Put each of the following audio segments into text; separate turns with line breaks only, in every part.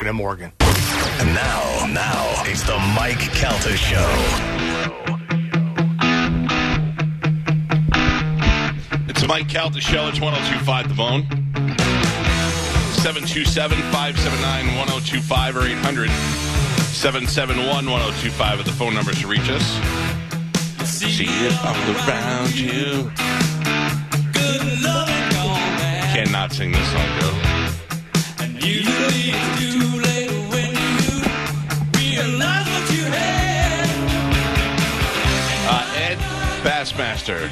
and Morgan.
Now, now, it's the Mike Calta Show.
It's the Mike Calta Show. It's 1025 The Bone. 727 579 1025 or 800 771 1025 are the phone numbers to reach us. See if I'm around you. Cannot sing this song, Joe. Uh, Ed Bassmaster.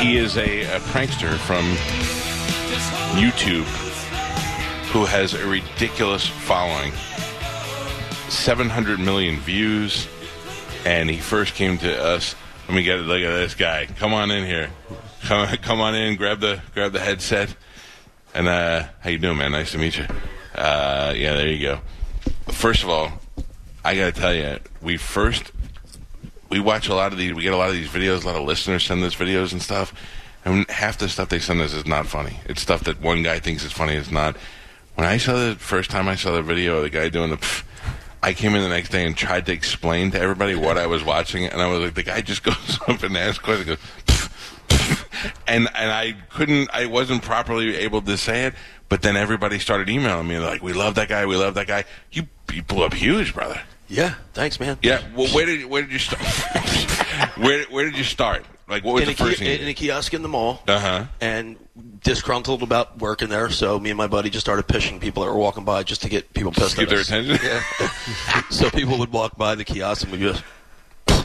He is a, a prankster from YouTube who has a ridiculous following 700 million views. And he first came to us. Let me get a look at this guy. Come on in here. Come, come on in. Grab the grab the headset. And uh, how you doing, man? Nice to meet you. Uh, yeah, there you go. First of all, I gotta tell you, we first we watch a lot of these. We get a lot of these videos. A lot of listeners send us videos and stuff. And half the stuff they send us is not funny. It's stuff that one guy thinks is funny. It's not. When I saw the first time I saw the video of the guy doing the, pff, I came in the next day and tried to explain to everybody what I was watching, and I was like, the guy just goes up and asks questions, goes, pff, pff, and and I couldn't, I wasn't properly able to say it. But then everybody started emailing me like, we love that guy, we love that guy. You you blew up huge, brother.
Yeah, thanks, man.
Yeah. Well, where did where did you start? where where did you start? Like, what was
In a,
the first
ki-
thing?
in a kiosk in the mall.
Uh huh.
And disgruntled about working there, so me and my buddy just started pishing people that were walking by just to get people pissed
Get
at
their
us.
attention.
So people would walk by the kiosk and we just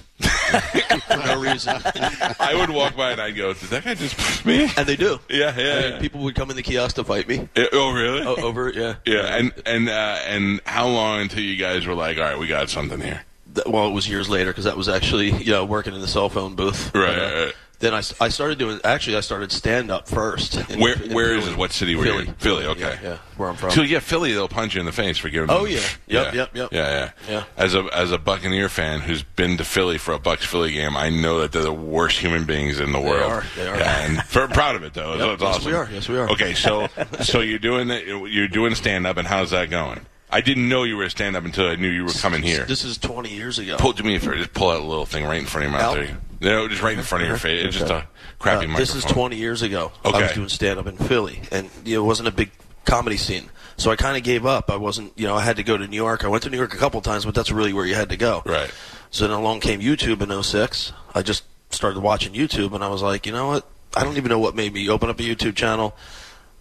for no reason,
I would walk by and I'd go, "Did that guy just push me?"
and they do.
Yeah,
I
yeah.
mean, people would come in the kiosk to fight me
Yeah, oh, really?
o- over it. Yeah.
Yeah. And and uh, and how long until you guys were like, "All right, we got something here."
Th- well, it was years later because that was actually you know working in the cell phone booth.
Right,
But, uh,
right, right.
Then I, s- I started doing actually I started stand up first. in-
Where
in
where is
Philly.
it? What city were you? in? Philly.
Yeah,
Okay.
yeah, where I'm from.
So yeah, Philly, they'll punch you in the face for giving.
Oh,
them-
yeah. Yep, yep, yep.
Yeah, yeah,
Yeah.
As a as a Buccaneer fan who's been to Philly for a Bucks Philly game, I know that they're the worst human beings in the world.
are. They are.
Yeah, and for, proud of it though.
Yep.
It's
Yes,
awesome.
we are. Yes, we are.
Okay, so so you're doing the, you're doing stand up, and how's that going? I didn't know you were a stand up until I knew you were coming here.
This is 20 years ago.
Pull, do me a favor, just pull out a little thing right in front of your mouth.
Out?
There you- No, just right in front of your face. It's just a
Uh,
crappy microphone.
this is 20 years ago. I was
Okay.
doing stand up in Philly, and you know, it wasn't a big comedy scene. So I kind of gave up. I wasn't, you know, I had to go to New York. I went to New York a couple times, but that's really where you had to go.
Right.
So then along came YouTube in 06. I just started watching YouTube, and I was like, you know what? I don't even know what made me open up a YouTube channel.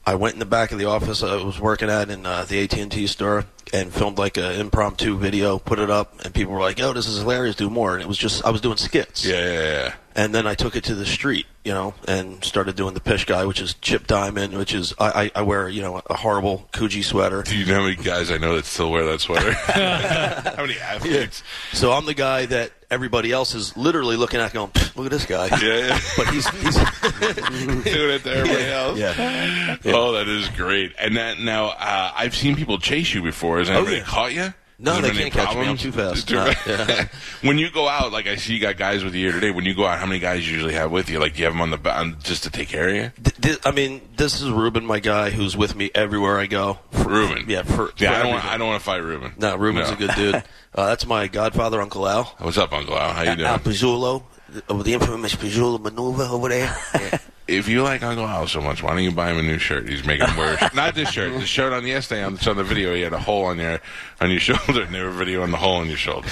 I went in the back of the office I was working at in uh, the AT and T store and filmed like an impromptu video, put it up, and people were like, "Oh, this is hilarious! Do more!" And it was just I was doing skits
Yeah, yeah, yeah.
and then I took it to the street, you know, and started doing the pish guy, which is Chip Diamond, which is I, I, I wear, you know, a horrible Coogee sweater.
Do you know how many guys I know that still wear that sweater? how many athletes?
So I'm the guy that everybody else is literally looking at, going, "Pfft, "Look at this guy,"
Yeah, yeah.
but he's, he's
doing it to everybody else.
yeah.
Oh, that is great. And that now uh, I've seen people chase you before. Has anybody
Oh, yeah.
caught you?
No,
Has there
they
been any
can't catch me. I'm
problems?
too fast.
Too
No,
fast.
yeah.
when you go out, like I see you got guys with you here today. When you go out, how many guys you usually have with you? Like, do you have them on the ba- on, just to take care of you?
Th- th- I mean, this is Ruben, my guy, who's with me everywhere I go. For-
Ruben.
yeah, for,
Yeah,
for
I don't. Want,
everything.
I don't want to fight Ruben.
No, Ruben's
No.
a good dude. Uh, that's my godfather, Uncle Al.
What's up, Uncle Al? How you doing?
Uh, Al Pizzullo, th- of the infamous Pizzullo maneuver over there.
if you like Uncle Al so much, why don't you buy him a new shirt? He's making him wear not this shirt. The shirt on yesterday on, on the video, he had a hole on your on your shoulder. And they were videoing the hole on your shoulder.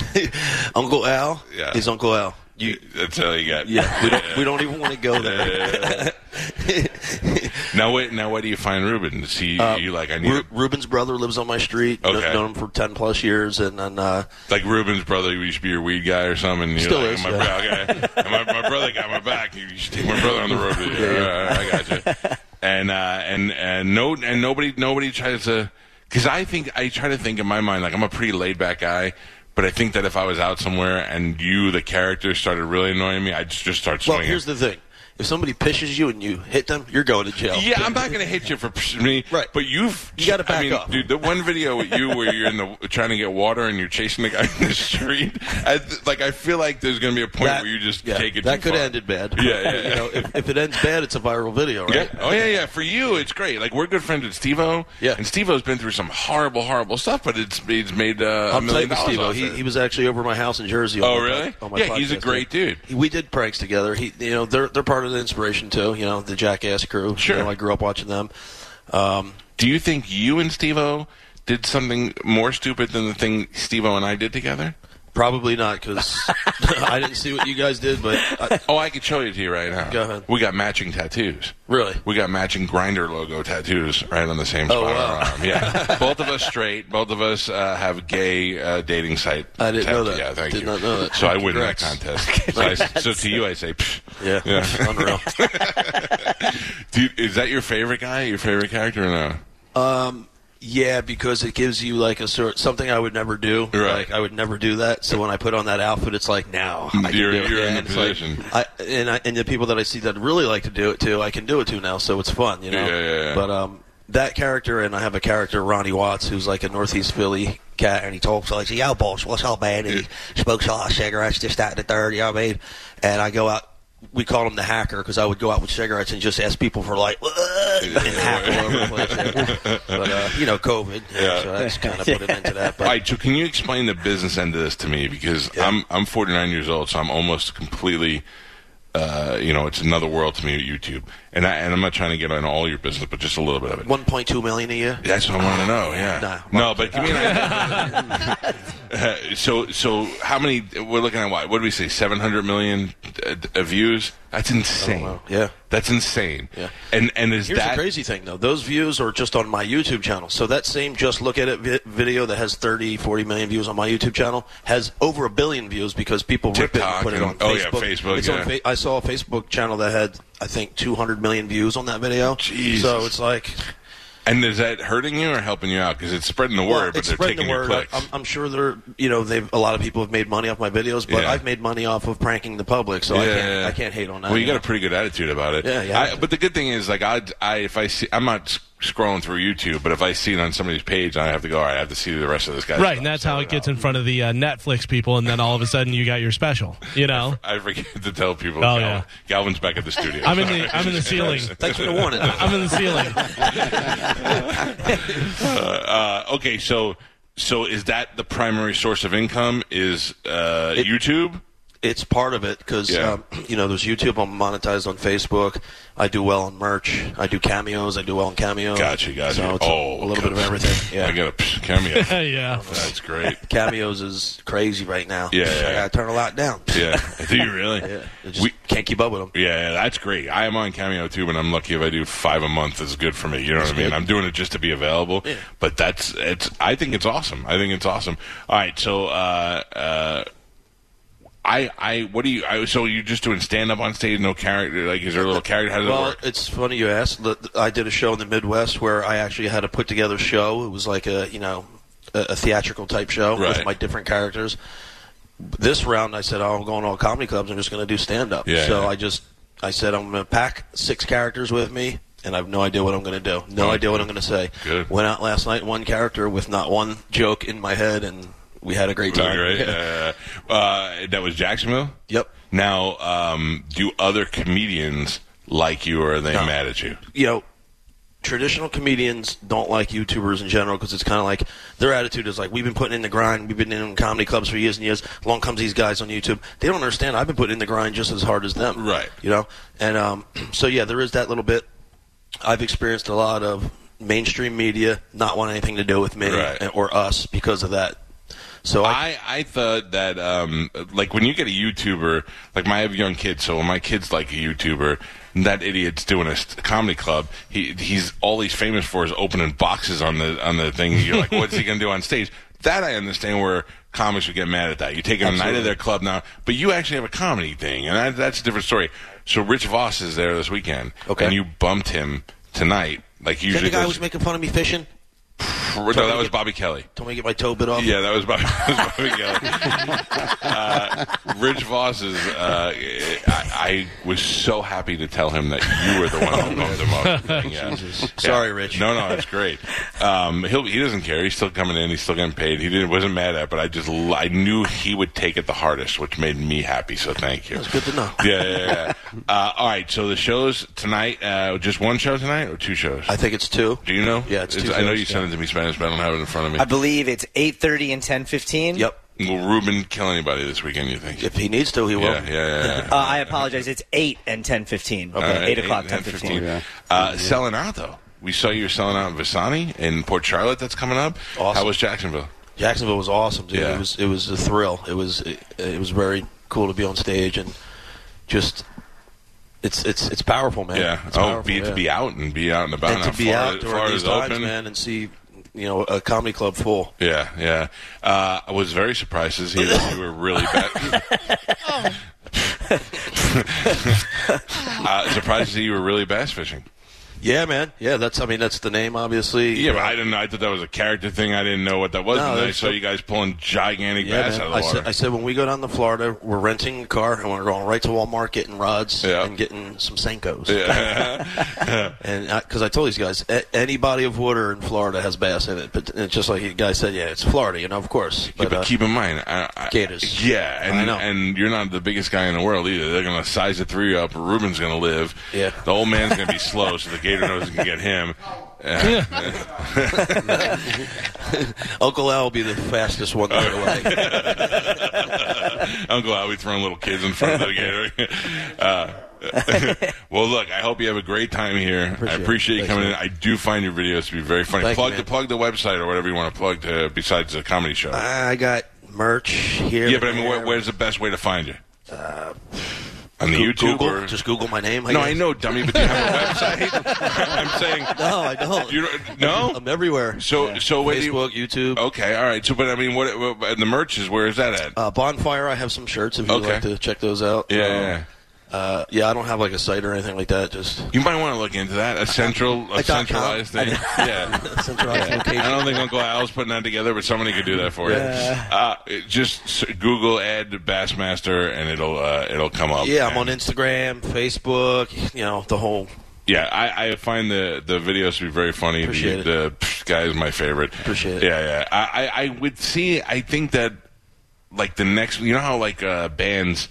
Uncle Al
Yeah.
is Uncle Al. You,
That's all you got.
yeah, we don't, we don't even want to go there.
Uh, now what? Now what do you find Ruben? Is he you like? I need
Uh, Ru- Ruben's brother lives on my street. Kno-
Okay.
known him for ten plus years, and then uh,
a- like Ruben's brother who used to be your weed guy or something. And you're
Still
like,
is,
My,
yeah.
bro- okay. And my, my brother got my back. You should take my brother on the road. With you. All right, I got you. and uh, and and no and nobody nobody tries to because I think I try to think in my mind like I'm a pretty laid back guy. But I think that if I was out somewhere and you, the character, started really annoying me, I'd just, just start
Well,
swinging.
here's the thing: if somebody pishes you and you hit them, you're going to jail.
Yeah, I'm not going to hit you for pushing me.
Right.
But you've
You gotta
I
back
mean,
up.
dude. The one video with you where you're in the trying to get water and you're chasing the guy in the street. I, like I feel like there's going to be a point
That-
where you just
yeah,
take it.
That
too
could
far.
end it bad.
Yeah, yeah.
you know, if, if it ends bad, it's a viral video, right?
Yeah. Oh yeah, yeah. For you, it's great. Like we're good friends with Steve-O.
Yeah.
And Steve-O's been through some horrible, horrible stuff, but it's it's made uh, a
I'm
million
playing
dollars.
Steve.
off
He,
it.
he was actually over my house in Jersey.
Oh,
on my-
really?
on my
Yeah, he's a
podcast.
great dude.
He- We did pranks together. He, you know, they're they're part of the inspiration too. You know, the Jackass crew. You
Sure.
know, I grew up watching them. Um,
Do you think you and Steve-O did something more stupid than the thing Steve-O and I did together?
probably not because I didn't see what you guys did, but I,
Oh, I could show it to you right now.
Go ahead.
We got matching tattoos.
Really? Oh,
We got matching grinder logo tattoos right on the same spot on our
wow.
arm. Yeah. both of us straight. Both of us uh, have gay uh, dating site.
I didn't know
tat-
that.
Yeah, thank
Did
you.
not know that.
So I win that
Congrats.
contest. so, I, so to you, I say, Psh.
yeah, unreal.
Dude, is that your favorite guy? Your favorite character? Or no.
Yeah, because it gives you like a sort something I would never do.
Right.
Like I would never do that. So when I put on that outfit, it's like now I
You're-
can do
you're
it.
in the
and it's like,
position.
I, and I, and the people that I see that really like to do it too, I can do it to now. So it's fun, you know.
Yeah, yeah, yeah.
But um, that character and I have a character Ronnie Watts who's like a Northeast Philly cat, and he talks like, "Yo, boss, what's up, man?" And he smokes a lot of cigarettes, this, that, and the third. You know what I mean? And I go out. We call him the hacker because I would go out with cigarettes and just ask people for like, and hack all over the place. yeah. But uh, you know, COVID.
Yeah.
Yeah. So that's kind of put it into that.
All
But
right, so can you explain the business end of this to me? Because I'm I'm 49 years old, so I'm almost completely, uh, you know, it's another world to me at YouTube. And I and I'm not trying to get on all your business, but just a little bit of it.
1.2 million a year.
That's what I want to know. Yeah.
Nah.
no, but give me an idea. Uh, so so how many? We're looking at what? What do we say? 700 million uh, d- uh, views. That's insane.
Oh, wow. Yeah.
That's insane.
Yeah.
And and is
Here's
that
the crazy thing, though. Those views are just on my YouTube channel. So that same just look at it vi- video that has 30, 40 million views on my YouTube channel has over a billion views because people rip it
TikTok
and put it
and-
on
oh, yeah,
Facebook.
Facebook,
It's
yeah.
on fa- I saw a Facebook channel that had, I think, 200 million views on that video.
Jesus.
So it's like
and is that hurting you or helping you out? Because it's spreading the word,
Well,
but
it's
they're
spreading
taking
the word.
your clicks.
I- I'm, I'm sure they're, you know, they've a lot of people have made money off my videos, but
Yeah.
I've made money off of pranking the public, so I can't, I can't hate on that.
Well, you
yeah.
got a pretty good attitude about it.
Yeah, yeah.
I, but the good thing is, like, I, I, if I see, I'm not s- scrolling through YouTube, but if I see it on somebody's page, I have to go. All right, I have to see the rest of this guy.
Right, and that's how it gets in front of the uh, Netflix people, and then all of a sudden you got your special. You know,
I forget to tell people.
Oh,
Gal-
yeah.
Galvin's back at the studio.
I'm in
Sorry.
the I'm in the ceiling.
Thanks for the warning.
I'm in the ceiling.
Uh, okay, so so is that the primary source of income? Is uh, YouTube?
it's part of it because
Yeah.
um, you know there's YouTube. I'm monetized on Facebook. I do well on merch. I do cameos. I do well on cameos.
Gotcha, gotcha.
Oh, So it's a-
oh,
a little bit of
God.
everything.
I
Yeah,
got a psh, cameo.
yeah.
That's great.
cameos is crazy right now.
Yeah,
So
yeah.
I gotta turn a lot down.
Yeah. Do you really?
Yeah, I just
We-
can't keep up with them.
Yeah, yeah, that's great. I am on Cameo too, and I'm lucky if I do five a month is good for me. You know what I mean? I'm doing it just to be available.
Yeah.
But that's it's. I think it's awesome. I think it's awesome. All right, so uh, uh, I I what do you? I, so you're just doing stand up on stage, no character? Like, is there a little character? How does
Well,
it work?
it's funny you asked. The- the- I did a show in the Midwest where I actually had a put together show. It was like a you know a, a theatrical type show
Right.
with my different characters. This round, I said oh, I'm going to all comedy clubs. I'm just going to do stand up.
Yeah,
so
yeah.
I just I said I'm going to pack six characters with me, and I have no idea what I'm going to do. No
Oh,
idea what I'm
good.
going to say.
Good.
Went out last night, one character with not one joke in my head, and we had a great
Was it
time.
great? Uh, uh, that was Jacksonville.
Yep.
Now, um, do other comedians like you, or are they
No.
mad at you?
you know, traditional comedians don't like YouTubers in general because it's kind of like their attitude is like, we've been putting in the grind, we've been in comedy clubs for years and years. Along comes these guys on YouTube. They don't understand. I've been putting in the grind just as hard as them.
Right.
You know, and um, so yeah, there is that little bit. I've experienced a lot of mainstream media not want anything to do with me
Right.
and- or us because of that. So I,
I, I thought that um like when you get a YouTuber like my I have young kids so when my kid's like a YouTuber that idiot's doing a st- comedy club he he's all he's famous for is opening boxes on the on the thing you're like what's he gonna do on stage that I understand where comics would get mad at that you take a night of their club now but you actually have a comedy thing and that, that's a different story so Rich Voss is there this weekend
Okay.
and you bumped him tonight. Like
Then
usually,
the guy
those-
was making fun of me fishing.
no, that was Bobby Kelly.
Told me to get my toe bit off.
Yeah, that was Bobby, that was Bobby Kelly. Uh, Rich Voss is. Uh, I, I was so happy to tell him that you were the one that bumped him up. Yeah. Yeah.
Oh, Sorry, Rich.
No, no, it's great. Um, he'll, he doesn't care. He's still coming in. He's still getting paid. He didn't, wasn't mad at, it, but I just l- I knew he would take it the hardest, which made me happy. So thank you.
That's good to know.
Yeah, yeah, yeah. Uh, all right. So the shows tonight. Uh, just one show tonight or two shows?
I think it's two.
Do you know?
Yeah, it's two
I know
shows,
you sent it to me Spanish, but I don't have it in front of me.
I believe it's 8:30 and 10:15.
Yep.
Will Ruben kill anybody this weekend? You think?
If he needs to, he will.
Yeah, yeah, yeah. yeah.
Uh, I apologize. It's 8 and 10:15.
All right,
Eight o'clock, 10:15.
10:15. Uh, Selling out though. We saw you were selling out in Visani in Port Charlotte. That's coming up.
Awesome.
How was Jacksonville?
Jacksonville was awesome, dude.
Yeah.
It was it was a thrill. It was it, it was very cool to be on stage and just it's it's it's powerful, man.
Yeah.
It's
oh,
powerful,
be,
yeah.
to be out and be out and about.
and
now.
to be
Florida-
out during
Florida's
these times,
open.
man, and see you know a comedy club full.
Yeah, yeah. Uh, I was very surprised to see that you were really bad. uh, surprised to see you were really bass fishing.
Yeah, man. Yeah, that's I mean that's the name, obviously.
Yeah, but I didn't. know. I thought that was a character thing. I didn't know what that was.
No,
and then I
that's
saw
the-
you guys pulling gigantic
Yeah,
bass
man.
out of
I
the water.
said, I said when we go down to Florida, we're renting a car and we're going right to Walmart getting rods
Yeah.
and getting some Senkos.
yeah.
And because I, told these guys, a- any body of water in Florida has bass in it, but it's just like the guy said, yeah, it's Florida, you know, of course.
Yeah,
But,
But,
uh,
keep in mind, I, I,
Gators.
Yeah, and
I know.
and you're not the biggest guy in the world either. They're gonna size the three up. Ruben's gonna live.
Yeah.
the old man's gonna be slow, so the gator knows he can get him. Yeah.
Uncle Al will be the fastest one that away.
I'm glad we throwing little kids in front of the gator. uh, well, look, I hope you have a great time here. I
it.
appreciate you
Thanks,
coming in.
man.
I do find your videos to be very funny.
Thank you,
plug the
man.
plug the website or whatever you want to plug to besides the comedy show.
I got merch here.
yeah, but I mean,
and
where,
there.
where's the best way to find you? On the
Go-
YouTube
Google,
or
just Google my name. I
No,
guess.
I know, dummy, but do you have a website? I'm saying
No, I don't.
you don't- no.
I'm everywhere.
So, so wait, do you-
Facebook, YouTube.
okay, all right. So, but I mean, what, what and the merch is? Where is that at?
Uh, Bonfire, I have some shirts if you'd
Okay.
like to check those out.
yeah,
Um,
yeah, yeah.
Uh, yeah, I don't have like a site or anything like that. Just
you might want to look into that. A central, a
dot com.
centralized thing. Yeah.
centralized location.
I don't think Uncle Al's putting that together, but somebody could do that for you. Uh, it- just s- Google Ed Bassmaster, and it'll uh, it'll come up.
Yeah, I'm
And-
on Instagram, Facebook, you know, the whole.
Yeah, I, I find the, the videos to be very funny.
Appreciate
the
it.
the psh, guy is my favorite.
Appreciate it.
Yeah, yeah. I, I, I would see. I think that like the next, you know how like uh, bands,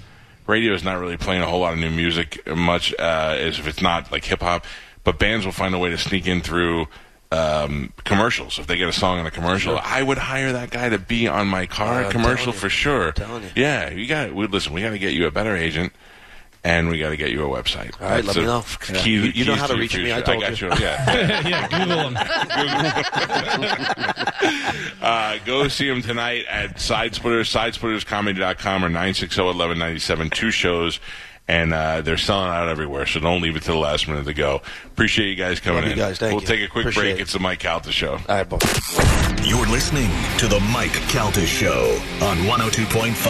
radio is not really playing a whole lot of new music much, uh, as if it's not like hip hop. But bands will find a way to sneak in through um, commercials if they get a song in a commercial. I would hire that guy to be on my car
Oh, I'm
commercial
telling you.
for sure.
telling you.
Yeah, you got. We, listen, we got to get you a better agent. And we got to get you a website.
All right, let
That's
me
a
know.
key-
Yeah. You- you
keys
know how to
your
reach me, I
future.
told
got
you.
Yeah.
yeah, Google him.
uh, go see him tonight at Sidesplitters, sidesplitterscomedy.com or oh, 960-1197. Two shows, and uh, they're selling out everywhere, so don't leave it to the last minute to go. Appreciate you guys coming
Love you
in.
guys. Thank
we'll
you.
take a quick
Appreciate
break.
it.
It's the Mike Calta Show.
All right, bye.
You're listening to the Mike Calter Show on 102.5.